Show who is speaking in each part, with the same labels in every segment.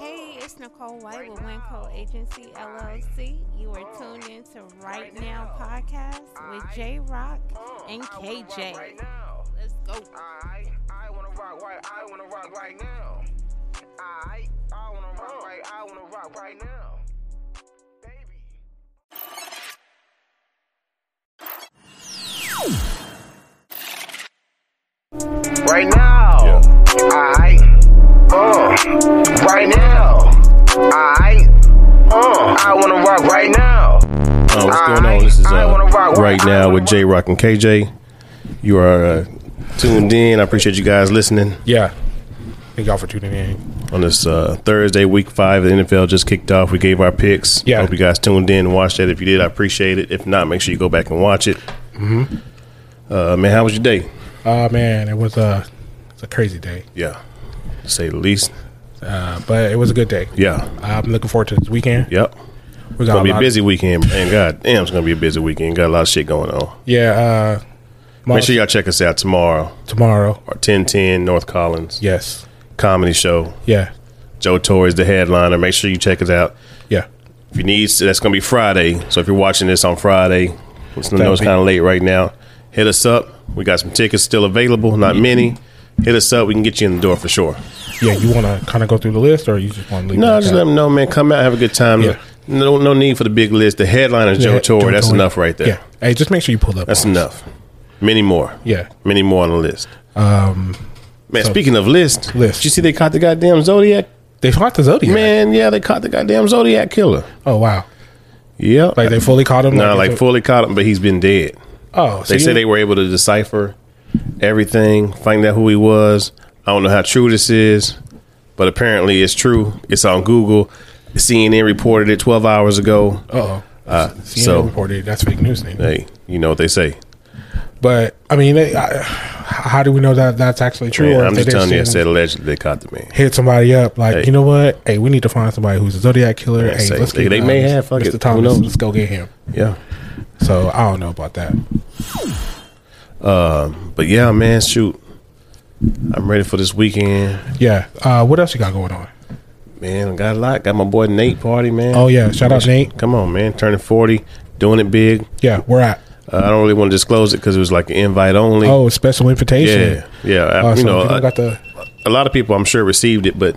Speaker 1: it's Nicole White with One Call Agency LLC. You are tuned in to Right Now Podcast with J Rock and KJ. Let's go.
Speaker 2: I, I wanna rock right, I wanna rock right now. I, I wanna rock right, I wanna rock right now. Baby. Right now. I, uh, right now. I, uh, I wanna rock right now.
Speaker 3: Uh, what's going on? This is
Speaker 2: I wanna
Speaker 3: uh,
Speaker 2: rock-
Speaker 3: right now with J Rock and KJ. You are uh, tuned in. I appreciate you guys listening
Speaker 4: Yeah. Thank y'all for tuning in.
Speaker 3: on this uh, Thursday, week five. The NFL just kicked off. We gave our picks.
Speaker 4: Yeah.
Speaker 3: Hope you guys tuned in and watched that. If you did, I appreciate it. If not, make sure you go back and watch it. Uh, man, how was your day?
Speaker 4: Oh man, it was a it's a crazy day,
Speaker 3: Yeah. To say the least.
Speaker 4: uh, but it was a good day.
Speaker 3: Yeah.
Speaker 4: I'm looking forward to this weekend.
Speaker 3: Yep.
Speaker 4: We
Speaker 3: It's
Speaker 4: got
Speaker 3: gonna be
Speaker 4: lot-
Speaker 3: a busy weekend, man. God damn, it's gonna be a busy weekend. Got a lot of shit going on.
Speaker 4: Yeah. Uh,
Speaker 3: Make sure y'all check us out tomorrow.
Speaker 4: tomorrow.
Speaker 3: Our ten ten North Collins
Speaker 4: Yes.
Speaker 3: comedy show.
Speaker 4: Yeah.
Speaker 3: Joe Torre is the headliner. Make sure you check us out.
Speaker 4: Yeah.
Speaker 3: If you need, that's going to be Friday. So if you're watching this on Friday, it's, I know it's
Speaker 4: be-
Speaker 3: kind of late right now. Hit us up. We got some tickets still available, not many. Hit us up. We can get you in the door for sure.
Speaker 4: Yeah. You want to kind of go through the list, or you just want to leave?
Speaker 3: No,
Speaker 4: it
Speaker 3: just
Speaker 4: at
Speaker 3: let
Speaker 4: that?
Speaker 3: them know, man. Come out, have a good time.
Speaker 4: Yeah.
Speaker 3: No, no need for the big list. The headliner is Joe
Speaker 4: Yeah,
Speaker 3: Torre. That's
Speaker 4: Torre.
Speaker 3: enough right there.
Speaker 4: Yeah. Hey, just make sure you pull up.
Speaker 3: That's enough. Many more.
Speaker 4: Yeah.
Speaker 3: Many more on the list.
Speaker 4: Um,
Speaker 3: Man, speaking of list,
Speaker 4: List.
Speaker 3: did you see they caught the goddamn Zodiac?
Speaker 4: they caught the Zodiac.
Speaker 3: Man, yeah, they caught the goddamn Zodiac killer.
Speaker 4: Oh wow.
Speaker 3: Yep.
Speaker 4: Like they fully caught him.
Speaker 3: No, like,
Speaker 4: it's a-
Speaker 3: fully caught him, but he's been dead.
Speaker 4: Oh, so
Speaker 3: They say they were able to decipher everything, find out who he was. I don't know how true this is, but apparently it's true. It's on Google. CNN reported it 12 hours ago.
Speaker 4: Oh.
Speaker 3: Uh,
Speaker 4: So
Speaker 3: so,
Speaker 4: reported that's fake news. Name.
Speaker 3: hey, you know what they say.
Speaker 4: But I mean, they, I, how do we know that that's actually true?
Speaker 3: Man,
Speaker 4: if
Speaker 3: I'm
Speaker 4: they
Speaker 3: just
Speaker 4: didn't
Speaker 3: telling you, I
Speaker 4: send-
Speaker 3: said allegedly they caught the man.
Speaker 4: hit somebody up. Like,
Speaker 3: Hey.
Speaker 4: you know what? Hey, we need to find somebody who's a Zodiac killer.
Speaker 3: Yeah,
Speaker 4: hey,
Speaker 3: say-
Speaker 4: let's
Speaker 3: they-
Speaker 4: get
Speaker 3: they may
Speaker 4: uh,
Speaker 3: have, fuck it,
Speaker 4: Mr.
Speaker 3: who
Speaker 4: Thomas.
Speaker 3: knows?
Speaker 4: Let's go get him.
Speaker 3: Yeah.
Speaker 4: So I don't know about that.
Speaker 3: But yeah, man, shoot. I'm ready for this weekend.
Speaker 4: Yeah. Uh, what else you got going on?
Speaker 3: Man, I got a lot. Got my boy Nate party, man.
Speaker 4: Oh yeah, shout out Nate.
Speaker 3: Come on, man. Turning 40, doing it big.
Speaker 4: Yeah, we're at.
Speaker 3: Uh, I don't really want to disclose it because it was like an invite only.
Speaker 4: Oh, special invitation.
Speaker 3: yeah, yeah. I-
Speaker 4: Uh,
Speaker 3: you
Speaker 4: so
Speaker 3: know,
Speaker 4: people
Speaker 3: I-
Speaker 4: got the
Speaker 3: a lot of people I'm sure received it, but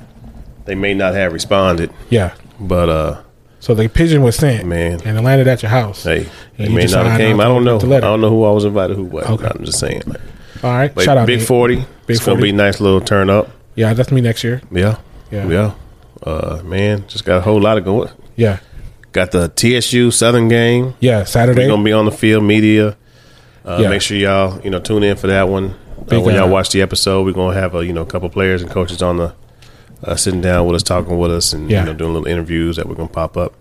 Speaker 3: they may not have responded.
Speaker 4: yeah.
Speaker 3: But uh,
Speaker 4: So the pigeon was sent,
Speaker 3: Man.
Speaker 4: and it landed at your house.
Speaker 3: hey, they
Speaker 4: you
Speaker 3: may
Speaker 4: just
Speaker 3: not have
Speaker 4: signed
Speaker 3: came. I
Speaker 4: off
Speaker 3: don't
Speaker 4: with
Speaker 3: know.
Speaker 4: the letter.
Speaker 3: I don't know who I was invited. Who was?
Speaker 4: Okay.
Speaker 3: I'm just saying. Like,
Speaker 4: All right,
Speaker 3: but
Speaker 4: shout out
Speaker 3: Big
Speaker 4: Nate.
Speaker 3: Forty.
Speaker 4: Big
Speaker 3: it's gonna
Speaker 4: 40.
Speaker 3: be a nice little turn up.
Speaker 4: Yeah, that's me next year.
Speaker 3: Yeah,
Speaker 4: Yeah.
Speaker 3: yeah. Uh, man, just got a whole lot of going.
Speaker 4: Yeah,
Speaker 3: Got the TSU Southern game.
Speaker 4: yeah. Saturday.
Speaker 3: We're gonna be on the field media. Uh,
Speaker 4: Yeah.
Speaker 3: Make sure y'all you know tune in for that one. Uh,
Speaker 4: Big,
Speaker 3: when y'all
Speaker 4: uh,
Speaker 3: watch the episode, we're gonna have a you know a couple players and coaches on the uh, sitting down with us, talking with us, and
Speaker 4: Yeah.
Speaker 3: you know doing little interviews that we're gonna pop up.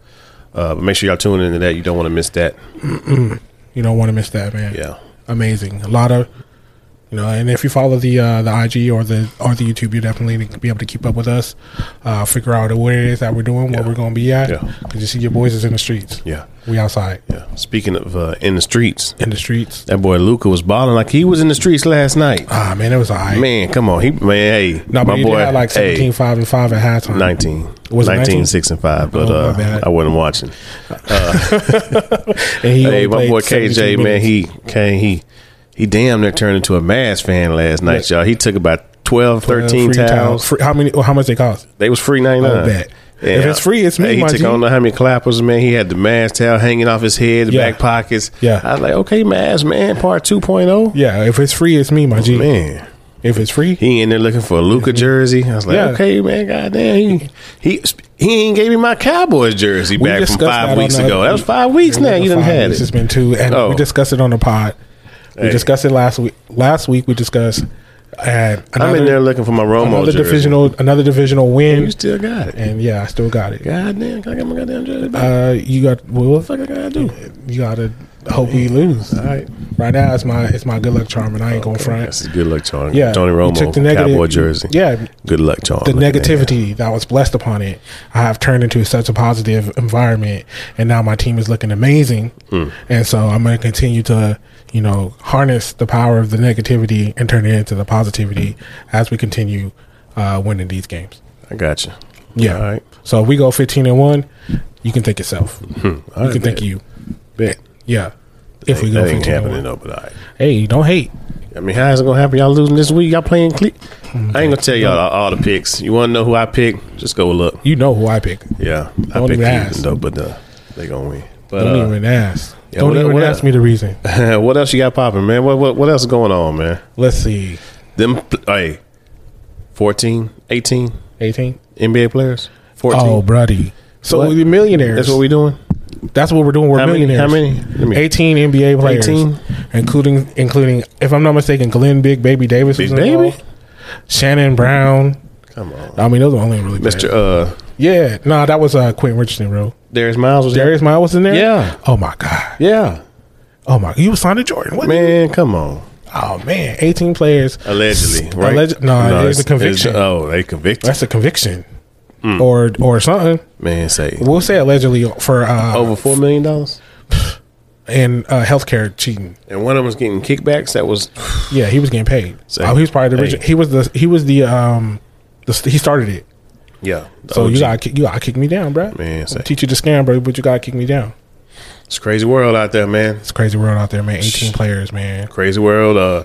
Speaker 3: Uh, but make sure y'all tune into that. You don't want to miss that.
Speaker 4: You don't want to miss that, man.
Speaker 3: Yeah,
Speaker 4: amazing. A lot of you know, and if you follow the uh, the IG or the or the YouTube, you definitely be able to keep up with us. Uh, figure out what it is that we're doing, where
Speaker 3: Yeah.
Speaker 4: we're going to be at.
Speaker 3: Yeah.
Speaker 4: 'Cause you see your boys is in the streets.
Speaker 3: yeah,
Speaker 4: We outside
Speaker 3: yeah. Speaking of uh, in the streets,
Speaker 4: in the streets.
Speaker 3: that boy Luca was balling like he was in the streets last night.
Speaker 4: Ah man, it was all right.
Speaker 3: Man, come on, he man, hey,
Speaker 4: no, but
Speaker 3: my
Speaker 4: he
Speaker 3: boy,
Speaker 4: had like 17,
Speaker 3: hey,
Speaker 4: 5 and five at halftime.
Speaker 3: 19,
Speaker 4: Was it
Speaker 3: 19,
Speaker 4: 19?
Speaker 3: 6 and five,
Speaker 4: Oh,
Speaker 3: but
Speaker 4: my
Speaker 3: uh,
Speaker 4: bad.
Speaker 3: I wasn't watching.
Speaker 4: And he
Speaker 3: Hey,
Speaker 4: only
Speaker 3: my
Speaker 4: played
Speaker 3: boy
Speaker 4: 72
Speaker 3: KJ, man,
Speaker 4: minutes. Uh,
Speaker 3: he came, he he damn near turned into a Mavs fan last night, y'all. He took about 12,
Speaker 4: Uh,
Speaker 3: 13
Speaker 4: free
Speaker 3: towels.
Speaker 4: Free, how many? Well, how much they cost?
Speaker 3: They was free 99.
Speaker 4: I'll bet. If it's free, it's me,
Speaker 3: Hey, he
Speaker 4: my
Speaker 3: took,
Speaker 4: G.
Speaker 3: I don't know how many clappers, man. He had the Mavs towel hanging off his head, the
Speaker 4: Yeah.
Speaker 3: back pockets.
Speaker 4: Yeah.
Speaker 3: I was like, okay, Mavs, man, part 2.0.
Speaker 4: Yeah, if it's free, it's me, my G.
Speaker 3: Oh, Man,
Speaker 4: If it's free,
Speaker 3: he in there looking for a Luca jersey. I was like,
Speaker 4: Yeah.
Speaker 3: okay, man, goddamn, he he he ain't gave me my Cowboys jersey back from
Speaker 4: discussed that
Speaker 3: five
Speaker 4: on
Speaker 3: weeks
Speaker 4: the-
Speaker 3: ago. That was five weeks now. You didn't
Speaker 4: Five
Speaker 3: had
Speaker 4: weeks,
Speaker 3: it.
Speaker 4: It's been two, and
Speaker 3: Oh.
Speaker 4: we discussed it on the pod. We
Speaker 3: Hey.
Speaker 4: discussed it last week. Last week we discussed, and another,
Speaker 3: I'm in there looking for my Romo
Speaker 4: another
Speaker 3: jersey.
Speaker 4: divisional, another divisional
Speaker 3: You
Speaker 4: win,
Speaker 3: still got it.
Speaker 4: and yeah, I still got it.
Speaker 3: Goddamn, can I get my goddamn jersey back?
Speaker 4: Uh, you got well,
Speaker 3: What the fuck I gotta do?
Speaker 4: you gotta hope we lose.
Speaker 3: All right.
Speaker 4: Right now, it's my it's my good luck charm, and I ain't going front.
Speaker 3: This is good luck, Tony.
Speaker 4: Yeah,
Speaker 3: Tony
Speaker 4: you
Speaker 3: Romo,
Speaker 4: took the negative-
Speaker 3: Cowboy jersey.
Speaker 4: Yeah,
Speaker 3: Good luck, Tony.
Speaker 4: the negativity that was blessed upon it, I have turned into such a positive environment, and now my team is looking amazing.
Speaker 3: Hmm.
Speaker 4: And so I'm going to continue to, you know, harness the power of the negativity and turn it into the positivity as we continue uh, winning these games.
Speaker 3: I got you.
Speaker 4: Yeah.
Speaker 3: All right. Hmm.
Speaker 4: So if we go 15 and 1, you can thank yourself. you
Speaker 3: All right,
Speaker 4: can thank
Speaker 3: bet.
Speaker 4: you.
Speaker 3: Bet.
Speaker 4: Yeah. If we go
Speaker 3: that ain't
Speaker 4: 15 and
Speaker 3: happening
Speaker 4: 1.
Speaker 3: though, but all right.
Speaker 4: Hey, don't hate.
Speaker 3: I mean, how is it gonna happen? Y'all losing this week? Y'all playing Cle? I
Speaker 4: Mm-hmm.
Speaker 3: ain't gonna tell y'all all, all the picks. You want to know who I pick? Just go look.
Speaker 4: You know who I pick.
Speaker 3: Yeah, I
Speaker 4: Don't
Speaker 3: picked
Speaker 4: even
Speaker 3: Cleveland
Speaker 4: ask.
Speaker 3: though, but uh, they gonna win. But
Speaker 4: Don't
Speaker 3: uh,
Speaker 4: even ask.
Speaker 3: yeah,
Speaker 4: don't
Speaker 3: what-
Speaker 4: even
Speaker 3: what-
Speaker 4: ask me the reason.
Speaker 3: what else you got popping, man? What what what else is going on, man?
Speaker 4: Let's see.
Speaker 3: Them hey, 14, 18
Speaker 4: 18?
Speaker 3: NBA players. 14.
Speaker 4: Oh, buddy. So
Speaker 3: What?
Speaker 4: we're millionaires.
Speaker 3: That's what we doing.
Speaker 4: That's what we're doing. We're
Speaker 3: How many-
Speaker 4: millionaires.
Speaker 3: how many? Let me-
Speaker 4: Eighteen NBA players,
Speaker 3: 18?
Speaker 4: including including if I'm not mistaken, Glenn Big Baby Davis was
Speaker 3: Big Baby?
Speaker 4: involved. Shannon Brown.
Speaker 3: Come on,
Speaker 4: I mean, those are only really bad.
Speaker 3: Mister. Uh,
Speaker 4: Yeah, no, that was uh, Quentin Richardson, bro.
Speaker 3: Darius Miles was there.
Speaker 4: Darius Miles was in there.
Speaker 3: Yeah.
Speaker 4: Oh my god.
Speaker 3: Yeah,
Speaker 4: Oh my. You signed to Jordan. What?
Speaker 3: man, come on.
Speaker 4: Oh man. Eighteen players.
Speaker 3: Allegedly, right?
Speaker 4: Alleg- no, there's
Speaker 3: it's- Mm.
Speaker 4: a
Speaker 3: it's-
Speaker 4: conviction.
Speaker 3: oh, they convicted.
Speaker 4: That's a conviction, or or something.
Speaker 3: man, say
Speaker 4: We'll say allegedly for uh,
Speaker 3: over four million dollars.
Speaker 4: and uh, healthcare cheating.
Speaker 3: and one of them was getting kickbacks. That was
Speaker 4: Yeah, he was getting paid.
Speaker 3: Say-
Speaker 4: Oh, he was probably the
Speaker 3: hey.
Speaker 4: original. He was the he was the um the, he started it.
Speaker 3: yeah. the
Speaker 4: So you
Speaker 3: OG.
Speaker 4: gotta kick, you gotta kick me down, bro.
Speaker 3: man, say,
Speaker 4: Teach you to scam, bro, but you gotta kick me down.
Speaker 3: it's a crazy world out there, man.
Speaker 4: It's a crazy world out there, man. Eighteen players, man.
Speaker 3: Crazy world. Uh,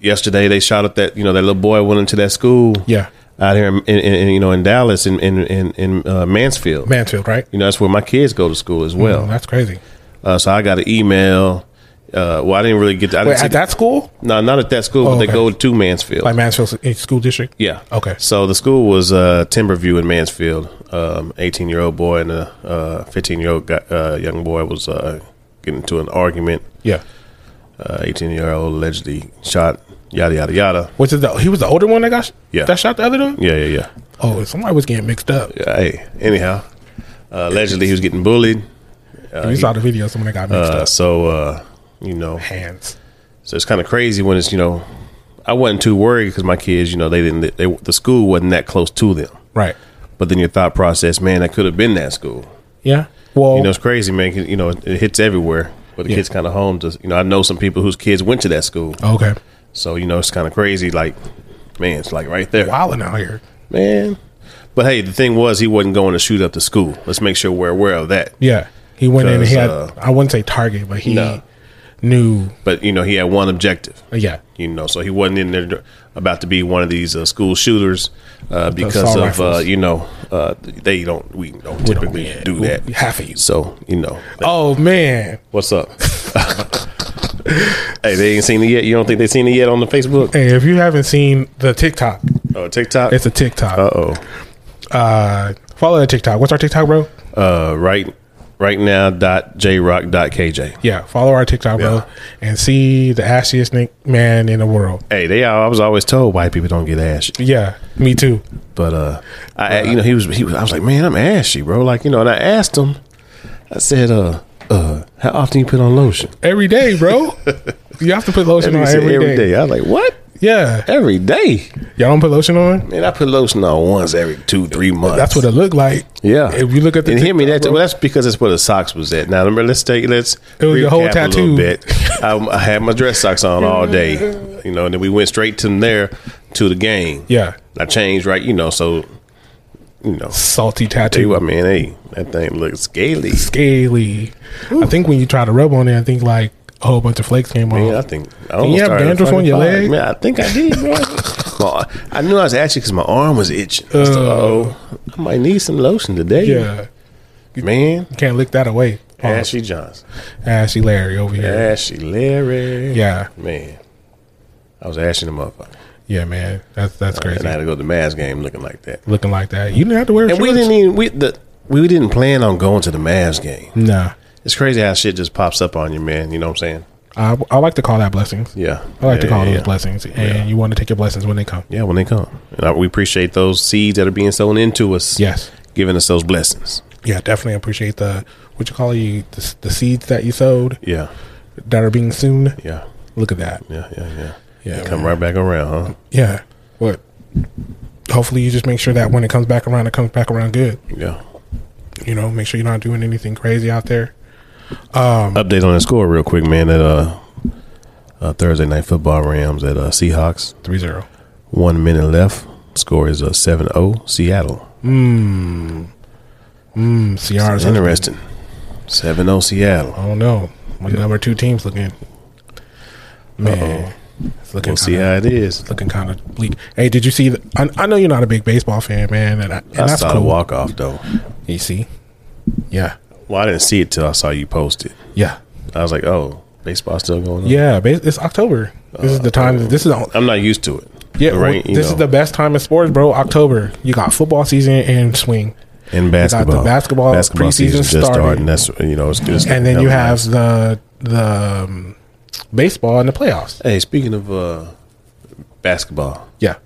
Speaker 3: yesterday they shot at that you know that little boy went into that school.
Speaker 4: Yeah,
Speaker 3: out here in, in, in you know in Dallas in in in, in uh, Mansfield.
Speaker 4: Mansfield, right?
Speaker 3: You know that's where my kids go to school as well.
Speaker 4: Mm, that's crazy.
Speaker 3: Uh, so I got an email. Uh, well, I didn't really get. To, I didn't
Speaker 4: Wait,
Speaker 3: see-
Speaker 4: at that school,
Speaker 3: No, not at that school,
Speaker 4: Oh,
Speaker 3: but they
Speaker 4: okay.
Speaker 3: go to Mansfield.
Speaker 4: like Mansfield school district.
Speaker 3: Yeah.
Speaker 4: Okay.
Speaker 3: So the school was uh, Timberview in Mansfield. Um, 18 year old boy and a 15 year old uh, young boy was uh, getting into an argument.
Speaker 4: Yeah,
Speaker 3: 18 year old allegedly shot, yada, yada, yada.
Speaker 4: which is the he was the older one that got sh-
Speaker 3: Yeah.
Speaker 4: that shot the other one.
Speaker 3: Yeah, yeah, yeah.
Speaker 4: Oh, somebody was getting mixed up.
Speaker 3: yeah hey, anyhow, uh, allegedly he was getting bullied.
Speaker 4: you saw the video, someone that got mixed
Speaker 3: Uh,
Speaker 4: up.
Speaker 3: so, uh, you know,
Speaker 4: Hands.
Speaker 3: so it's kind of crazy when it's, you know, I wasn't too worried because my kids, you know, they didn't, they, the school wasn't that close to them.
Speaker 4: Right.
Speaker 3: But then your thought process, man, that could have been that school.
Speaker 4: Yeah. Well,
Speaker 3: You know, it's crazy, man. 'cause, You know, it, it hits everywhere. But the
Speaker 4: Yeah.
Speaker 3: kids kind of home. Just you know, I know some people whose kids went to that school.
Speaker 4: okay.
Speaker 3: So you know, it's kind of crazy. Like, man, it's like right there,
Speaker 4: Wilding out here.
Speaker 3: man. But hey, the thing was, he wasn't going to shoot up the school. Let's make sure we're aware of that.
Speaker 4: Yeah, he went in. and He had.
Speaker 3: Because,
Speaker 4: I wouldn't say target, but he
Speaker 3: No.
Speaker 4: knew. uh,
Speaker 3: But you know, he had one objective.
Speaker 4: Yeah.
Speaker 3: You know, so he wasn't in there about to be one of these uh, school shooters uh, because
Speaker 4: assault
Speaker 3: of uh,
Speaker 4: rifles.
Speaker 3: you know uh, they don't we don't typically
Speaker 4: yeah,
Speaker 3: do
Speaker 4: we-
Speaker 3: that.
Speaker 4: half of you.
Speaker 3: So you know,
Speaker 4: Oh man.
Speaker 3: What's up? hey, they ain't seen it yet. You don't think they seen it yet on the Facebook
Speaker 4: Hey, if you haven't seen the TikTok,
Speaker 3: or TikTok?
Speaker 4: it's a TikTok.
Speaker 3: uh oh.
Speaker 4: Uh, follow the TikTok. What's our TikTok, bro?
Speaker 3: Uh, right, right now. Dot jrock. Dot kj.
Speaker 4: Yeah, follow our TikTok,
Speaker 3: Yeah.
Speaker 4: bro, and see the ashiest ni- man in the world.
Speaker 3: Hey, they. I was always told white people don't get ash,
Speaker 4: Yeah, me too.
Speaker 3: but uh, I, you know, he was, he was. I was like, man, I'm ashy, bro. Like, you know, and I asked him. I said, uh, uh, how often you put on lotion?
Speaker 4: Every day, bro. you have to put lotion
Speaker 3: And he
Speaker 4: on
Speaker 3: said,
Speaker 4: every day.
Speaker 3: I was like, what?
Speaker 4: Yeah,
Speaker 3: Every day?
Speaker 4: y'all don't put lotion on.
Speaker 3: Man, I put lotion on once every two, three months.
Speaker 4: That's what it looked like.
Speaker 3: Yeah.
Speaker 4: If you look at the
Speaker 3: and hear me
Speaker 4: TikTok,
Speaker 3: that
Speaker 4: bro.
Speaker 3: well, that's because that's where the socks was at. Now remember, let's take let's
Speaker 4: It was your whole
Speaker 3: recap A
Speaker 4: tattoo.
Speaker 3: little bit. I, I had my dress socks on all day, you know, and then we went straight from there to the game.
Speaker 4: Yeah,
Speaker 3: I changed right, you know, so you know,
Speaker 4: salty
Speaker 3: tell you
Speaker 4: tattoo.
Speaker 3: what, man, hey, that thing looks scaly.
Speaker 4: Scaly. I think when you try to rub on it, I think like a whole bunch of flakes came
Speaker 3: Man, I
Speaker 4: off.
Speaker 3: think I almost
Speaker 4: you have
Speaker 3: started at
Speaker 4: dandruff on your
Speaker 3: 45.
Speaker 4: leg?
Speaker 3: Man, I think I did, bro. My- I knew I was actually because my arm was itching. oh, I might need some lotion today.
Speaker 4: Uh, Yeah, Uh-huh.
Speaker 3: man.
Speaker 4: can't lick that away. Oh,
Speaker 3: Ashley Johnson.
Speaker 4: Ashy Larry over here.
Speaker 3: Ashley Larry.
Speaker 4: Yeah,
Speaker 3: Man, I was ashing the motherfucker.
Speaker 4: yeah, man. That's that's
Speaker 3: And I had
Speaker 4: crazy.
Speaker 3: to go to the Mavs game looking like that.
Speaker 4: Looking like that, you didn't have to wear.
Speaker 3: And we
Speaker 4: shorts.
Speaker 3: didn't even we the we didn't plan on going to the Mavs game.
Speaker 4: Nah,
Speaker 3: It's crazy how shit just pops up on you, man. You know what I'm saying?
Speaker 4: I, I like to call that blessings.
Speaker 3: Yeah.
Speaker 4: I like to
Speaker 3: Yeah,
Speaker 4: call
Speaker 3: yeah,
Speaker 4: those
Speaker 3: yeah.
Speaker 4: blessings, and you want to take your blessings when they come.
Speaker 3: Yeah, when they come. And I, we appreciate those seeds that are being sown into us.
Speaker 4: Yes,
Speaker 3: Giving us those blessings.
Speaker 4: yeah, definitely appreciate the what you call you the, s- the seeds that you sowed
Speaker 3: Yeah.
Speaker 4: that are being sown.
Speaker 3: Yeah.
Speaker 4: Look at that.
Speaker 3: Yeah. Yeah. Yeah.
Speaker 4: Yeah,
Speaker 3: Come
Speaker 4: man.
Speaker 3: right back around, huh?
Speaker 4: Yeah. What? Hopefully, you just make sure that when it comes back around, it comes back around good.
Speaker 3: Yeah.
Speaker 4: You know, make sure you're not doing anything crazy out there. Um,
Speaker 3: Update on the score real quick, man. That uh, uh Thursday night football Rams at uh Seahawks.
Speaker 4: 3 0.
Speaker 3: One minute left. Score is a 7 0 Seattle.
Speaker 4: Mm,
Speaker 3: It's
Speaker 4: Ciara's
Speaker 3: interesting. 7 0 Seattle.
Speaker 4: I don't know. My number two team's looking. Man, it's looking.
Speaker 3: We'll see
Speaker 4: kinda-
Speaker 3: how it is.
Speaker 4: looking kind of bleak. Hey, did you see? The, I, I know you're not a big baseball fan, man, and, I, and
Speaker 3: I
Speaker 4: that's
Speaker 3: saw
Speaker 4: cool.
Speaker 3: the walk E off, though.
Speaker 4: You see? Yeah,
Speaker 3: Well, I didn't see it till I saw you post it.
Speaker 4: yeah,
Speaker 3: I was like, oh, baseball's still going on.
Speaker 4: yeah. ba- It's October. This is the time. This is the,
Speaker 3: I'm not used to it.
Speaker 4: yeah.
Speaker 3: The rain, you
Speaker 4: this is
Speaker 3: know,
Speaker 4: the best time in sports, bro. October. You got football season and swing,
Speaker 3: in basketball.
Speaker 4: basketball preseason
Speaker 3: just
Speaker 4: starting.
Speaker 3: starting. That's you know, it's just
Speaker 4: and then you have the the um, baseball in the playoffs.
Speaker 3: Hey, speaking of uh, basketball,
Speaker 4: Yeah.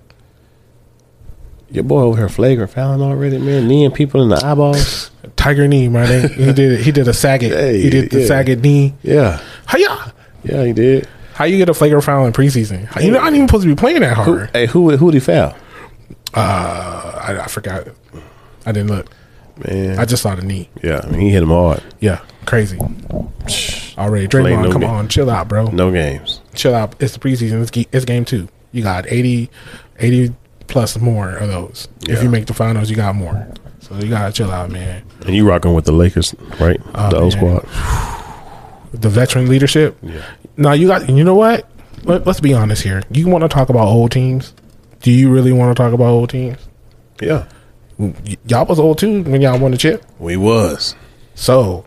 Speaker 3: your boy over here flagrant fouling already, man, kneeing people in the eyeballs.
Speaker 4: Tiger knee, man. They- He did it. He did a Saget.
Speaker 3: Hey,
Speaker 4: he did the
Speaker 3: yeah.
Speaker 4: Saget knee.
Speaker 3: yeah,
Speaker 4: Hiya!
Speaker 3: yeah, he did.
Speaker 4: How you get a flagrant foul in preseason? How- You're not even supposed to be playing that
Speaker 3: Who,
Speaker 4: hard.
Speaker 3: hey, who who did he foul? uh,
Speaker 4: I, I forgot. I didn't look.
Speaker 3: Man,
Speaker 4: I just saw the knee.
Speaker 3: yeah, I mean, he hit him hard.
Speaker 4: Yeah, crazy.
Speaker 3: Play
Speaker 4: Already, Draymond,
Speaker 3: no
Speaker 4: come
Speaker 3: game.
Speaker 4: on, chill out, bro.
Speaker 3: No games.
Speaker 4: Chill out. It's the preseason. It's, ge- it's game two. You got 80, 80 plus more of those. If
Speaker 3: Yeah.
Speaker 4: you make the finals, you got more. So you gotta chill out, man.
Speaker 3: And you rocking with the Lakers, right? the old
Speaker 4: Oh, man.
Speaker 3: squad.
Speaker 4: The veteran leadership.
Speaker 3: Yeah.
Speaker 4: Now you got. You know what? Let, let's be honest here. You want to talk about old teams? Do you really want to talk about old teams?
Speaker 3: Yeah.
Speaker 4: Y- y'all was old too when y'all won the chip.
Speaker 3: We was.
Speaker 4: So,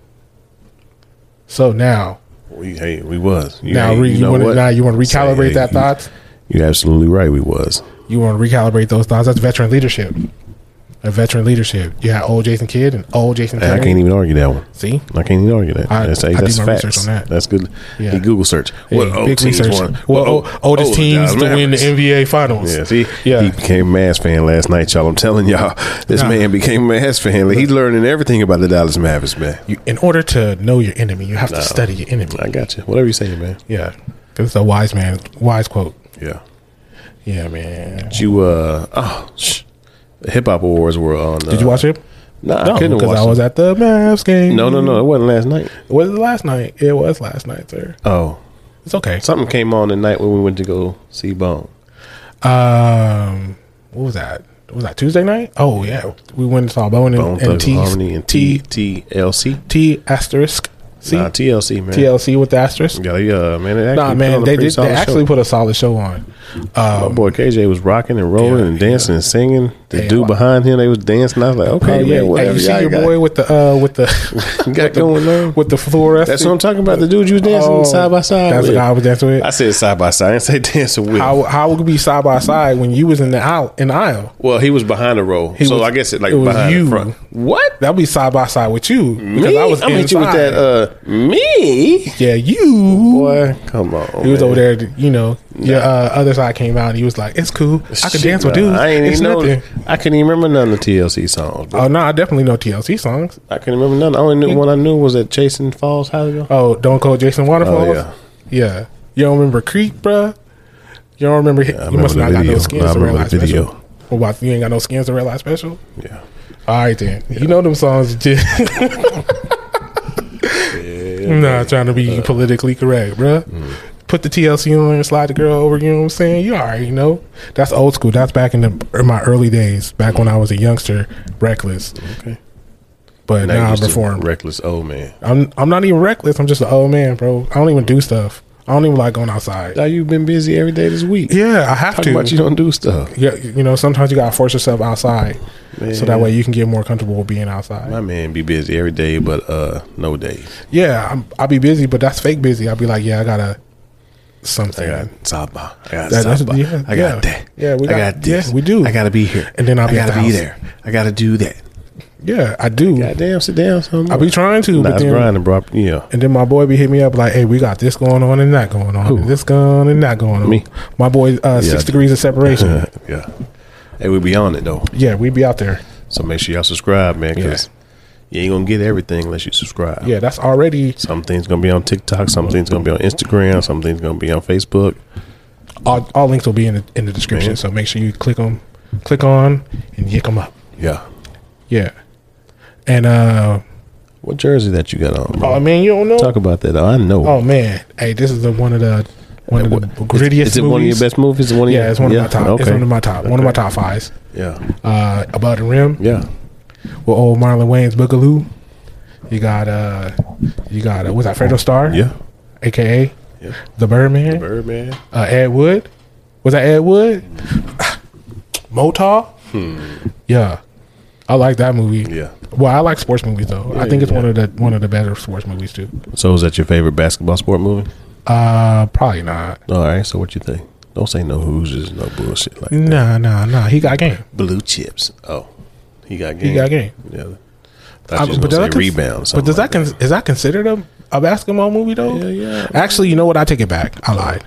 Speaker 4: so now
Speaker 3: We hey, we was. You,
Speaker 4: Now,
Speaker 3: hey,
Speaker 4: re, you,
Speaker 3: know
Speaker 4: want to
Speaker 3: what?
Speaker 4: now you want to
Speaker 3: Say,
Speaker 4: recalibrate
Speaker 3: hey,
Speaker 4: that
Speaker 3: you-
Speaker 4: thoughts.
Speaker 3: You're absolutely right. We was.
Speaker 4: You want to recalibrate those thoughts. That's veteran leadership. A veteran leadership. You had old Jason Kidd and old Jason.
Speaker 3: Hey, I
Speaker 4: Terry.
Speaker 3: can't even argue that one.
Speaker 4: see.
Speaker 3: I can't even argue that.
Speaker 4: I-
Speaker 3: that's
Speaker 4: I
Speaker 3: hey,
Speaker 4: did
Speaker 3: that's
Speaker 4: my
Speaker 3: facts.
Speaker 4: research on that.
Speaker 3: That's good.
Speaker 4: Yeah.
Speaker 3: Hey, Google search.
Speaker 4: Hey,
Speaker 3: old
Speaker 4: big
Speaker 3: teams
Speaker 4: research.
Speaker 3: won?
Speaker 4: Well,
Speaker 3: old- Oh,
Speaker 4: o- oldest
Speaker 3: old Dallas
Speaker 4: teams to win the
Speaker 3: Mavericks.
Speaker 4: NBA Finals.
Speaker 3: Yeah, see,
Speaker 4: Yeah.
Speaker 3: he became a Mavs fan last night, y'all. I'm telling y'all, this
Speaker 4: Nah.
Speaker 3: man became a Mavs fan. Like, he's learning everything about the Dallas Mavericks, man.
Speaker 4: You, in order to know your enemy, you have to study your enemy.
Speaker 3: I got you. Whatever you saying, man.
Speaker 4: Yeah, it's a wise man, wise quote.
Speaker 3: Yeah.
Speaker 4: Yeah, man.
Speaker 3: Did you, uh, oh, shh. The Hip Hop Awards were on. uh,
Speaker 4: Did you watch it?
Speaker 3: Nah,
Speaker 4: No,
Speaker 3: I couldn't
Speaker 4: because
Speaker 3: watch
Speaker 4: I was
Speaker 3: it.
Speaker 4: at the Mavs game.
Speaker 3: No, no, no. It wasn't last night.
Speaker 4: Was it last night? It was last night, sir.
Speaker 3: Oh.
Speaker 4: It's okay.
Speaker 3: Something came on the night when we went to go see Bone.
Speaker 4: Um, what was that? Was that Tuesday night? Oh yeah, we went and saw Bone
Speaker 3: Bone
Speaker 4: and, and
Speaker 3: Thugs and
Speaker 4: T
Speaker 3: Harmony and
Speaker 4: T
Speaker 3: T T L C.
Speaker 4: T asterisk C
Speaker 3: Nah, TLC, man.
Speaker 4: TLC with the asterisk.
Speaker 3: Yeah, they, uh, man. They actually
Speaker 4: Nah,
Speaker 3: put on
Speaker 4: man,
Speaker 3: a
Speaker 4: they
Speaker 3: pretty
Speaker 4: did. They
Speaker 3: solid
Speaker 4: actually
Speaker 3: show.
Speaker 4: put a solid show on.
Speaker 3: My boy KJ was rocking and rolling
Speaker 4: Yeah,
Speaker 3: and dancing and singing. The
Speaker 4: Yeah,
Speaker 3: dude
Speaker 4: wow.
Speaker 3: behind him, they was dancing. I was like, okay,
Speaker 4: Oh yeah,
Speaker 3: man, whatever.
Speaker 4: hey, you see
Speaker 3: y'all
Speaker 4: your
Speaker 3: got,
Speaker 4: boy with the uh with the
Speaker 3: got going on.
Speaker 4: with the fluorescent.
Speaker 3: That's what I'm talking about. The dude you was dancing
Speaker 4: Oh,
Speaker 3: side by side.
Speaker 4: That's the
Speaker 3: with.
Speaker 4: guy I was dancing with.
Speaker 3: I said side by side. I didn't say dancing with.
Speaker 4: how how would we be side by side when you was in the aisle in the aisle?
Speaker 3: well, he was behind the row, so
Speaker 4: was-
Speaker 3: I guess it like
Speaker 4: it was
Speaker 3: behind
Speaker 4: you.
Speaker 3: the front. What?
Speaker 4: That'd be side by side with you
Speaker 3: Me? I'm gonna hit you with
Speaker 4: inside.
Speaker 3: that. Uh, me?
Speaker 4: yeah, you.
Speaker 3: Boy, come on.
Speaker 4: He was over there, you know. Your uh, other side came out, and he was like, "It's cool. I can dance with dudes.
Speaker 3: I ain't
Speaker 4: it's
Speaker 3: even know.
Speaker 4: nothing."
Speaker 3: I couldn't even remember none of the TLC songs. Bro.
Speaker 4: Oh no, I definitely know TLC songs.
Speaker 3: I couldn't remember none. The only new one I knew was that Chasing Falls. How ago?
Speaker 4: Oh, Don't Call Jason Waterfalls.
Speaker 3: yeah.
Speaker 4: yeah, You don't remember Creep, bruh? You don't remember? hit- you
Speaker 3: remember
Speaker 4: must
Speaker 3: the
Speaker 4: not got no
Speaker 3: video.
Speaker 4: skins
Speaker 3: No, I
Speaker 4: to
Speaker 3: remember
Speaker 4: realize
Speaker 3: the video.
Speaker 4: special. What about you? Ain't got no skins to realize special.
Speaker 3: Yeah.
Speaker 4: All right then, you know them songs. J- I'm not trying to
Speaker 3: Uh.
Speaker 4: be politically correct, bruh.
Speaker 3: Mm.
Speaker 4: Put the TLC on and slide the girl over. You know what I'm saying? You already know. That's old school. That's back in, the, in my early days, back when I was a youngster, reckless.
Speaker 3: Okay.
Speaker 4: But
Speaker 3: Now
Speaker 4: now I
Speaker 3: used to
Speaker 4: perform.
Speaker 3: Reckless old man.
Speaker 4: I'm I'm not even reckless. I'm just an old man, bro. I don't even do stuff. I don't even like going outside.
Speaker 3: Now you've been busy every day this week.
Speaker 4: Yeah, I have
Speaker 3: Talking
Speaker 4: to.
Speaker 3: about you don't do stuff.
Speaker 4: yeah, you know, sometimes you gotta force yourself outside, so that
Speaker 3: Man.
Speaker 4: way you can get more comfortable with being outside.
Speaker 3: My man be busy every day, but uh, no days.
Speaker 4: Yeah, I'm, I'll be busy, but that's fake busy. I'll be like, yeah, I gotta
Speaker 3: I
Speaker 4: something.
Speaker 3: got Saba. I got
Speaker 4: That- that's-
Speaker 3: Saba.
Speaker 4: yeah,
Speaker 3: I got
Speaker 4: yeah.
Speaker 3: that.
Speaker 4: Yeah, we
Speaker 3: I
Speaker 4: got-
Speaker 3: got this.
Speaker 4: yeah, we do.
Speaker 3: I got to be here.
Speaker 4: And then I'll be
Speaker 3: I
Speaker 4: at
Speaker 3: gotta
Speaker 4: the
Speaker 3: be
Speaker 4: house.
Speaker 3: there. I got to do that.
Speaker 4: yeah, I do.
Speaker 3: Goddamn, sit down. Son.
Speaker 4: I be trying to,
Speaker 3: Nah,
Speaker 4: but
Speaker 3: it's
Speaker 4: then,
Speaker 3: grinding, bro. Yeah.
Speaker 4: and then my boy be hitting me up like, hey, we got this going on and that going on, and this going and that going on.
Speaker 3: Me.
Speaker 4: my boy, uh,
Speaker 3: Yeah, I
Speaker 4: six
Speaker 3: do.
Speaker 4: degrees of separation.
Speaker 3: yeah. Hey, we be on it, though.
Speaker 4: yeah, we be out there.
Speaker 3: So make sure y'all subscribe, man, because you ain't going to get everything unless you subscribe.
Speaker 4: Yeah, that's already
Speaker 3: Some things going to be on TikTok. Some things going to be on Instagram. Some things going to be on Facebook.
Speaker 4: all, all links will be in the in the description.
Speaker 3: Mhm.
Speaker 4: So make sure you click them, click on, and yick them up.
Speaker 3: Yeah.
Speaker 4: Yeah, and uh,
Speaker 3: What jersey that you got on? Bro?
Speaker 4: oh man, you don't know.
Speaker 3: Talk about that. I know.
Speaker 4: Oh man, hey, this is the one of the One of the grittiest.
Speaker 3: Is, is it one of your
Speaker 4: movies.
Speaker 3: best movies? One of
Speaker 4: Yeah,
Speaker 3: your-
Speaker 4: it's one of my top. It's
Speaker 3: okay.
Speaker 4: one of my top. One of my top fives.
Speaker 3: Yeah,
Speaker 4: Uh, Above the Rim
Speaker 3: yeah.
Speaker 4: with old Marlon Wayne's Boogaloo. You got uh, you got uh, was that Fredo Starr?
Speaker 3: Yeah.
Speaker 4: aka
Speaker 3: Yeah.
Speaker 4: the Birdman.
Speaker 3: Birdman.
Speaker 4: uh, Ed Wood. Was that Ed Wood? Motaw. Yeah, I like that movie.
Speaker 3: Yeah.
Speaker 4: Well, I like sports movies though. I think it's
Speaker 3: yeah.
Speaker 4: one of the one of the better sports movies too.
Speaker 3: So is that your favorite basketball sport movie?
Speaker 4: Uh, probably not.
Speaker 3: All right. So what you think? Don't say no hoosiers, no bullshit like
Speaker 4: Nah, nah, nah. He got game.
Speaker 3: blue chips. Oh, he got game.
Speaker 4: He got game.
Speaker 3: Yeah.
Speaker 4: I-
Speaker 3: Thought you was gonna
Speaker 4: but does that
Speaker 3: say
Speaker 4: cons-
Speaker 3: rebound. or
Speaker 4: But
Speaker 3: something
Speaker 4: does
Speaker 3: like
Speaker 4: that con- is that considered a, a basketball movie though?
Speaker 3: Yeah, yeah.
Speaker 4: Actually, you know what? I take it back. I lied.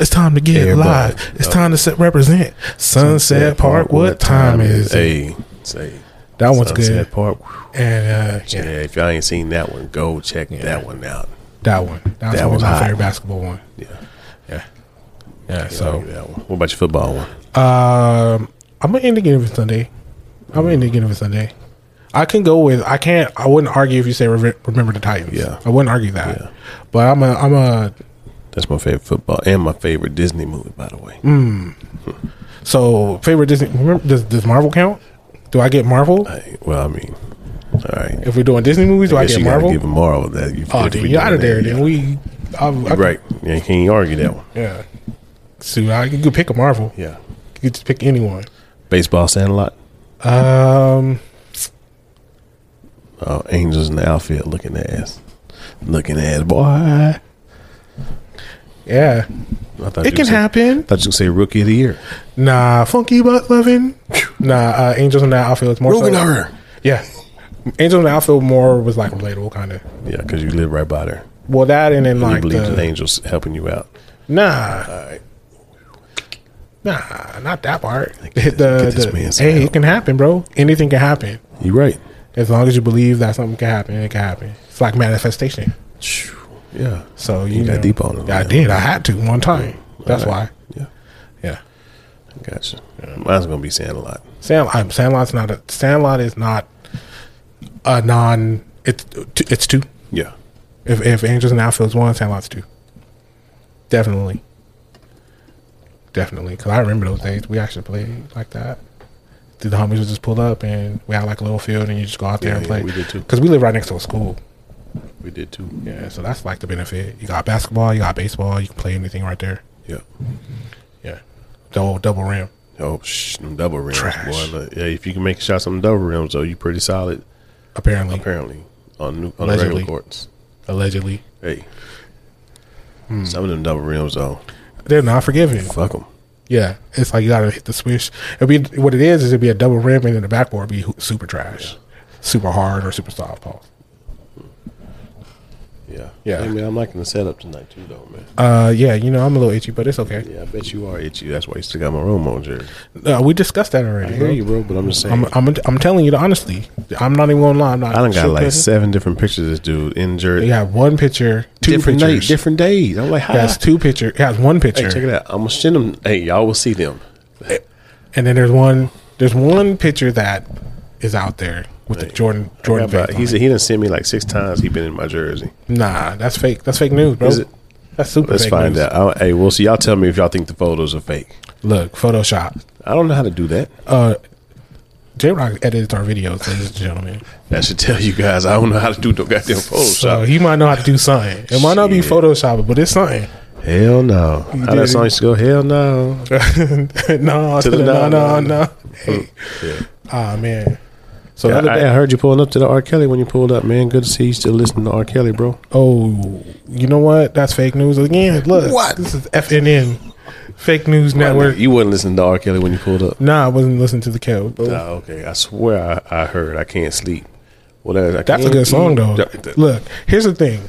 Speaker 4: It's time to get
Speaker 3: Everybody. Uh,
Speaker 4: live. It's time to set, represent Sunset Park. What time is it?
Speaker 3: Hey, say
Speaker 4: That one's
Speaker 3: Sunset
Speaker 4: good.
Speaker 3: Park.
Speaker 4: And uh,
Speaker 3: Yeah.
Speaker 4: yeah,
Speaker 3: if y'all ain't seen that one, go check that one out.
Speaker 4: that one. That,
Speaker 3: That
Speaker 4: that was
Speaker 3: one
Speaker 4: my
Speaker 3: hot.
Speaker 4: favorite basketball one.
Speaker 3: Yeah,
Speaker 4: Yeah, yeah.
Speaker 3: so
Speaker 4: So
Speaker 3: that one. What about your football one?
Speaker 4: um, I'm gonna end the game with Sunday. I'm gonna end the game with Sunday. I can go with I can't. I wouldn't argue if you say Reve- remember the Titans.
Speaker 3: Yeah.
Speaker 4: I wouldn't argue that.
Speaker 3: Yeah.
Speaker 4: But I'm a I'm a
Speaker 3: That's my favorite football and my favorite Disney movie, by the way.
Speaker 4: Mm. So favorite Disney? Remember, does does Marvel count? Do I get Marvel
Speaker 3: Hey, well, I mean, all right.
Speaker 4: if we're doing Disney movies? Do I,
Speaker 3: Uh, guess
Speaker 4: get
Speaker 3: you gotta
Speaker 4: Marvel?
Speaker 3: Give him Marvel that. You
Speaker 4: oh,
Speaker 3: if
Speaker 4: then
Speaker 3: we
Speaker 4: you're
Speaker 3: doing
Speaker 4: out of
Speaker 3: that,
Speaker 4: there.
Speaker 3: yeah.
Speaker 4: Then we, I, I,
Speaker 3: right? Yeah, you can't argue that one.
Speaker 4: Yeah. So I, you could pick a Marvel.
Speaker 3: Yeah.
Speaker 4: You could just pick anyone.
Speaker 3: Baseball Sandlot.
Speaker 4: Um,
Speaker 3: Oh, Angels in the outfield looking ass. Looking ass, boy. I
Speaker 4: yeah,
Speaker 3: thought
Speaker 4: it
Speaker 3: you
Speaker 4: can
Speaker 3: said-
Speaker 4: happen.
Speaker 3: thought you could say rookie of the year.
Speaker 4: Nah, funky butt loving. Nah, uh, Angels in the outfield. It's more so.
Speaker 3: Rugenauer.
Speaker 4: Yeah, Angels in the outfield more was like relatable kind of.
Speaker 3: Yeah, because you live right by there.
Speaker 4: Well, that and then
Speaker 3: You
Speaker 4: like
Speaker 3: believe the
Speaker 4: the,
Speaker 3: angels helping you out.
Speaker 4: nah,
Speaker 3: right.
Speaker 4: nah, not that part.
Speaker 3: this-
Speaker 4: the,
Speaker 3: get this
Speaker 4: the-
Speaker 3: man some
Speaker 4: hey,
Speaker 3: help.
Speaker 4: it can happen, bro. Anything can happen.
Speaker 3: You right.
Speaker 4: As long as you believe that something can happen, it can happen. It's like manifestation.
Speaker 3: Phew. Yeah.
Speaker 4: So you,
Speaker 3: got
Speaker 4: know,
Speaker 3: deep on it,
Speaker 4: I
Speaker 3: man.
Speaker 4: did. I had to one time. That's
Speaker 3: Alright.
Speaker 4: why.
Speaker 3: Yeah.
Speaker 4: Yeah.
Speaker 3: Gotcha. Mine's gonna be saying a lot.
Speaker 4: Sand, I'm, Sandlot's not a Sandlot is not a non. It's it's two.
Speaker 3: Yeah.
Speaker 4: If if Angels and Outfield's one, Sandlot's two. Definitely. Definitely, because I remember those days. We actually played like that. The homies would just pull up, and we had like a little field, and you just go out there
Speaker 3: Yeah,
Speaker 4: and
Speaker 3: yeah,
Speaker 4: play.
Speaker 3: we did too.
Speaker 4: Because we live right next to a school.
Speaker 3: We did too.
Speaker 4: Yeah, so that's like the benefit. You got basketball, you got baseball, you can play anything right there.
Speaker 3: Yeah.
Speaker 4: Yeah. Double double rim.
Speaker 3: Oh, shh, them double rims,
Speaker 4: Trash.
Speaker 3: boy. Look, yeah, if you can make a shot, some double rims, though, you pretty solid.
Speaker 4: Apparently.
Speaker 3: Apparently, on new, on the
Speaker 4: Allegedly.
Speaker 3: regular courts.
Speaker 4: Allegedly.
Speaker 3: Hey, some of them double rims, though.
Speaker 4: They're not forgiving.
Speaker 3: Fuck them.
Speaker 4: Yeah. It's like you gotta hit the swish. It'll be what it is is it'd be a double rim and then the backboard be ho- super trash. Super hard or super soft ball.
Speaker 3: Yeah.
Speaker 4: Yeah.
Speaker 3: Hey, man, I'm liking the setup tonight, too, though, man.
Speaker 4: Uh yeah, you know, I'm a little itchy, but it's okay.
Speaker 3: Yeah, I bet you are itchy. That's why you still got my room on, Jerry.
Speaker 4: Uh, we discussed that already.
Speaker 3: I
Speaker 4: bro.
Speaker 3: hear you, bro, but I'm just saying.
Speaker 4: I'm, I'm I'm telling you the honestly. I'm not even gonna lie, I'm not
Speaker 3: I done got like
Speaker 4: sugarcoating.
Speaker 3: seven different pictures of this dude in Jerry.
Speaker 4: You got one picture, two
Speaker 3: different
Speaker 4: pictures.
Speaker 3: days. Different days. I'm like, how?
Speaker 4: That's two picture. It has one
Speaker 3: hey,
Speaker 4: picture.
Speaker 3: check it out. I'm going to send them. Hey, y'all will see them.
Speaker 4: And then there's one there's one picture that is out there with the Jordan Jordan
Speaker 3: About,
Speaker 4: face.
Speaker 3: he's,
Speaker 4: on it.
Speaker 3: he done sent me like six times. He been in my jersey.
Speaker 4: nah, that's fake. That's fake news, bro.
Speaker 3: Is it?
Speaker 4: That's super.
Speaker 3: Let's
Speaker 4: fake
Speaker 3: find
Speaker 4: news.
Speaker 3: out. I'll, hey, we'll see. Y'all tell me if y'all think the photos are fake.
Speaker 4: Look, Photoshop.
Speaker 3: I don't know how to do that.
Speaker 4: Uh, J Rock edits our videos, ladies and gentlemen.
Speaker 3: That should tell you guys. I don't know how to do no goddamn
Speaker 4: So
Speaker 3: Photoshop.
Speaker 4: he might know how to do something. It might not be
Speaker 3: Shit.
Speaker 4: Photoshop, but it's something.
Speaker 3: hell no. How that
Speaker 4: did.
Speaker 3: song used to go? Hell no.
Speaker 4: no,
Speaker 3: To the no,
Speaker 4: no, no,
Speaker 3: no,
Speaker 4: no.
Speaker 3: Yeah.
Speaker 4: Ah man. So the
Speaker 3: I,
Speaker 4: other
Speaker 3: I
Speaker 4: day,
Speaker 3: heard you pulling up to the R. Kelly when you pulled up, man. Good to see you still listening to R. Kelly, bro.
Speaker 4: oh, you know what? That's fake news again. Look,
Speaker 3: What?
Speaker 4: This is FNN, Fake News Network.
Speaker 3: You wasn't listening to R. Kelly when you pulled up.
Speaker 4: Nah, I wasn't listening to the Kel. bro.
Speaker 3: Ah, okay. I swear I, I heard. I can't sleep. Well, that, I
Speaker 4: That's a
Speaker 3: can't
Speaker 4: good song
Speaker 3: eat.
Speaker 4: though.
Speaker 3: That- that-
Speaker 4: Look, here's the thing: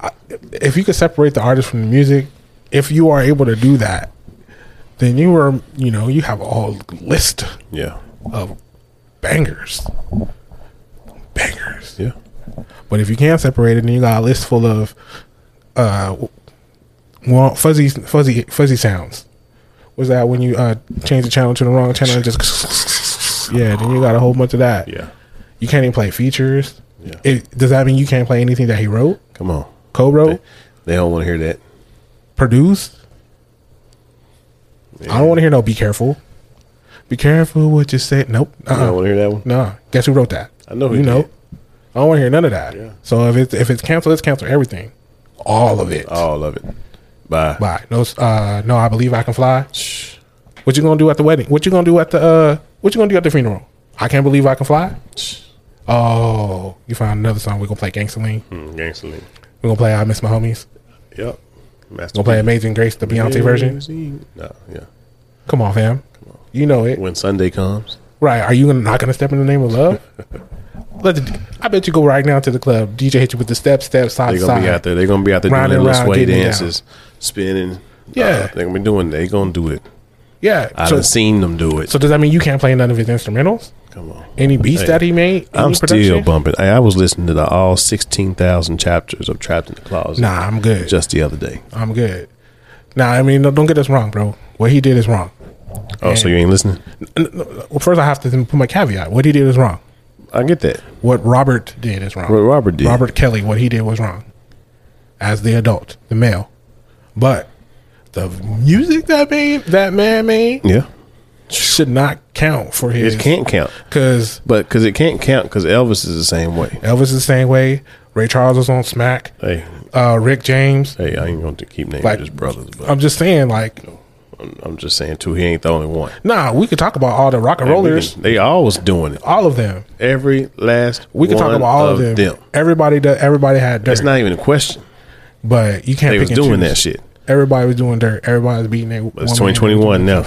Speaker 4: I- if you could separate the artist from the music, if you are able to do that, then you are, you know, you have a whole list
Speaker 3: Yeah.
Speaker 4: of bangers, bangers.
Speaker 3: Yeah.
Speaker 4: But if you can't separate it, then you got a list full of, uh, well, fuzzy, fuzzy, fuzzy sounds. Was that when you uh change the channel to the wrong channel? And just yeah. Then you got a whole bunch of that.
Speaker 3: Yeah.
Speaker 4: You can't even play features.
Speaker 3: Yeah.
Speaker 4: It, does that mean you can't play anything that he wrote,
Speaker 3: Come on.
Speaker 4: co-wrote?
Speaker 3: They don't want to hear that.
Speaker 4: produced. I don't want to hear no be careful. Be careful what you say. Nope.
Speaker 3: I
Speaker 4: Uh-uh.
Speaker 3: want to hear that one.
Speaker 4: Nah. Guess who wrote that?
Speaker 3: I know who
Speaker 4: you know.
Speaker 3: did.
Speaker 4: I don't want to hear none of that.
Speaker 3: Yeah.
Speaker 4: So if it's if it's canceled, it's canceled everything. All of it.
Speaker 3: All of Oh, it. Bye.
Speaker 4: Bye. No uh no, I believe I can fly. What you gonna do at the wedding? What you gonna do at the uh what you gonna do at the funeral? I can't believe I can fly. Oh, you found another song. We're gonna play Gangsta Lean.
Speaker 3: Mm, Gangsta Lean.
Speaker 4: We're gonna play I Miss My Homies.
Speaker 3: Yep. Master
Speaker 4: We're gonna play
Speaker 3: Hmm.
Speaker 4: Amazing Grace, the Beyonce version.
Speaker 3: No, yeah.
Speaker 4: Come on, fam. You know it.
Speaker 3: When Sunday comes.
Speaker 4: Right. Are you gonna, not going to step in the name of love? Let the, I bet you go right now to the club. DJ hit you with the step, step, side,
Speaker 3: They're gonna
Speaker 4: side.
Speaker 3: be out there. They're gonna be out there
Speaker 4: Round
Speaker 3: doing
Speaker 4: and
Speaker 3: their little
Speaker 4: round,
Speaker 3: sway
Speaker 4: getting it
Speaker 3: dances, spinning.
Speaker 4: Yeah.
Speaker 3: they're gonna be doing. They gonna do it.
Speaker 4: Yeah.
Speaker 3: I
Speaker 4: so,
Speaker 3: done seen them do it.
Speaker 4: so does that mean you can't play none of his instrumentals?
Speaker 3: Come on.
Speaker 4: Any beats
Speaker 3: Hey,
Speaker 4: that he made? Any
Speaker 3: I'm still
Speaker 4: production?
Speaker 3: bumping. I, I was listening to the all sixteen thousand chapters of Trapped in the Closet.
Speaker 4: Nah, I'm good.
Speaker 3: just the other day.
Speaker 4: I'm good. Now, I mean, no, don't get us wrong, bro. What he did is wrong.
Speaker 3: Oh, so you ain't listening?
Speaker 4: N- n- Well, first, I have to put my caveat. What he did is wrong.
Speaker 3: I get that.
Speaker 4: What Robert did is wrong.
Speaker 3: What Robert did.
Speaker 4: Robert Kelly, what he did was wrong. As the adult, the male. But the music that made that man made
Speaker 3: Yeah,
Speaker 4: should not count for his
Speaker 3: it can't count,
Speaker 4: because
Speaker 3: but because it can't count because Elvis is the same way.
Speaker 4: Elvis is the same way. Ray Charles was on Smack.
Speaker 3: Hey,
Speaker 4: Uh, Rick James.
Speaker 3: hey, I ain't going to keep naming
Speaker 4: Like-
Speaker 3: his brothers, but
Speaker 4: I'm just saying, like,
Speaker 3: I'm, I'm just saying too. He ain't the only one.
Speaker 4: nah, we could talk about all the rock and
Speaker 3: Hey, we
Speaker 4: rollers,
Speaker 3: can- they always doing it.
Speaker 4: all of them.
Speaker 3: Every last
Speaker 4: We could talk
Speaker 3: one
Speaker 4: about all of them. Everybody does. Everybody had dirt,
Speaker 3: It's not even a question.
Speaker 4: but you can't.
Speaker 3: They was
Speaker 4: pick and
Speaker 3: doing
Speaker 4: choose.
Speaker 3: that shit.
Speaker 4: Everybody was doing dirt. Everybody was beating their.
Speaker 3: It's 2021 now.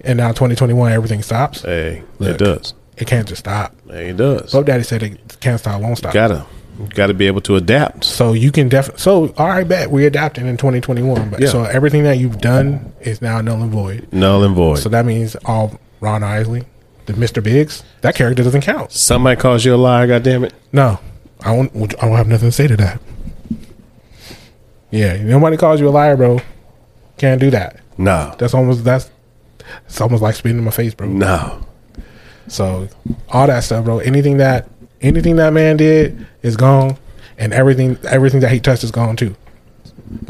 Speaker 4: and now 2021. Everything stops.
Speaker 3: Hey,
Speaker 4: Look.
Speaker 3: it does.
Speaker 4: It can't just stop.
Speaker 3: Hey, it does.
Speaker 4: Bob Daddy said it can't stop, won't stop.
Speaker 3: gotta, gotta be able to adapt.
Speaker 4: So you can definitely. So all right, bet we're adapting in 2021. But
Speaker 3: Yeah.
Speaker 4: so everything that you've done is now null and void.
Speaker 3: Null and void.
Speaker 4: So that means all Ron Isley, the Mr. Biggs, that character doesn't count.
Speaker 3: Somebody calls you a liar. God damn it.
Speaker 4: No, I won't. I don't have nothing to say to that. Yeah, nobody calls you a liar, bro. Can't do that.
Speaker 3: No,
Speaker 4: That's almost that's. It's almost like spitting in my face, bro.
Speaker 3: no.
Speaker 4: So all that stuff, bro. Anything that anything that man did is gone, and everything everything that he touched is gone too.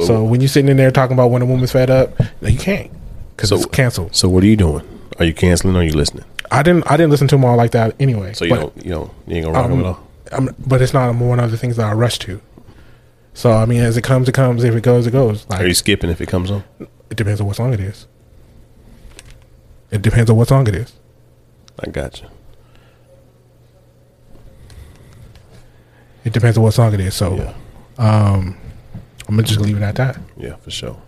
Speaker 4: So when you're sitting in there talking about when a woman's fed up, no, you can't because
Speaker 3: So-
Speaker 4: it's canceled.
Speaker 3: So what are you doing? Are you canceling? or Are you listening?
Speaker 4: I didn't I didn't listen to them all like that anyway.
Speaker 3: So you
Speaker 4: but-
Speaker 3: don't, you don't, you ain't gonna rock them at all.
Speaker 4: I'm, but it's not one of the things that I rush to. So I mean, as it comes, it comes. If it goes, it goes. Like
Speaker 3: Are you skipping if it comes on?
Speaker 4: it depends on what song it is. It depends on what song it is.
Speaker 3: I got you.
Speaker 4: It depends on what song it is. So
Speaker 3: Yeah,
Speaker 4: I'm gonna just leave it at that.
Speaker 3: yeah, for sure.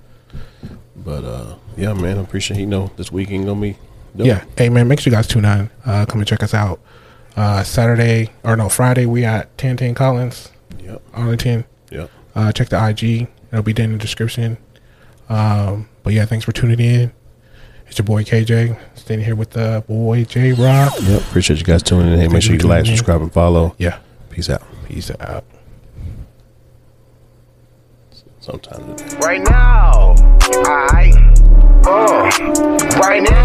Speaker 3: But uh, yeah, man, I appreciate you know this week ain't gonna be. dope.
Speaker 4: Yeah. Hey man, make sure you guys tune in. Uh, come and check us out. Uh, Saturday or no Friday, we at 1010 Collins,
Speaker 3: Yep.
Speaker 4: Arlington.
Speaker 3: Yep.
Speaker 4: Uh, check the IG. It'll be down in the description. Um, but yeah, thanks for tuning in. It's your boy KJ standing here with the boy J Rock.
Speaker 3: Yep. Appreciate you guys tuning in. Hey, make sure you like, subscribe, and follow.
Speaker 4: Yeah.
Speaker 3: Peace out.
Speaker 4: Peace out.
Speaker 3: Sometimes.
Speaker 2: Right now, uh, I, uh, right now.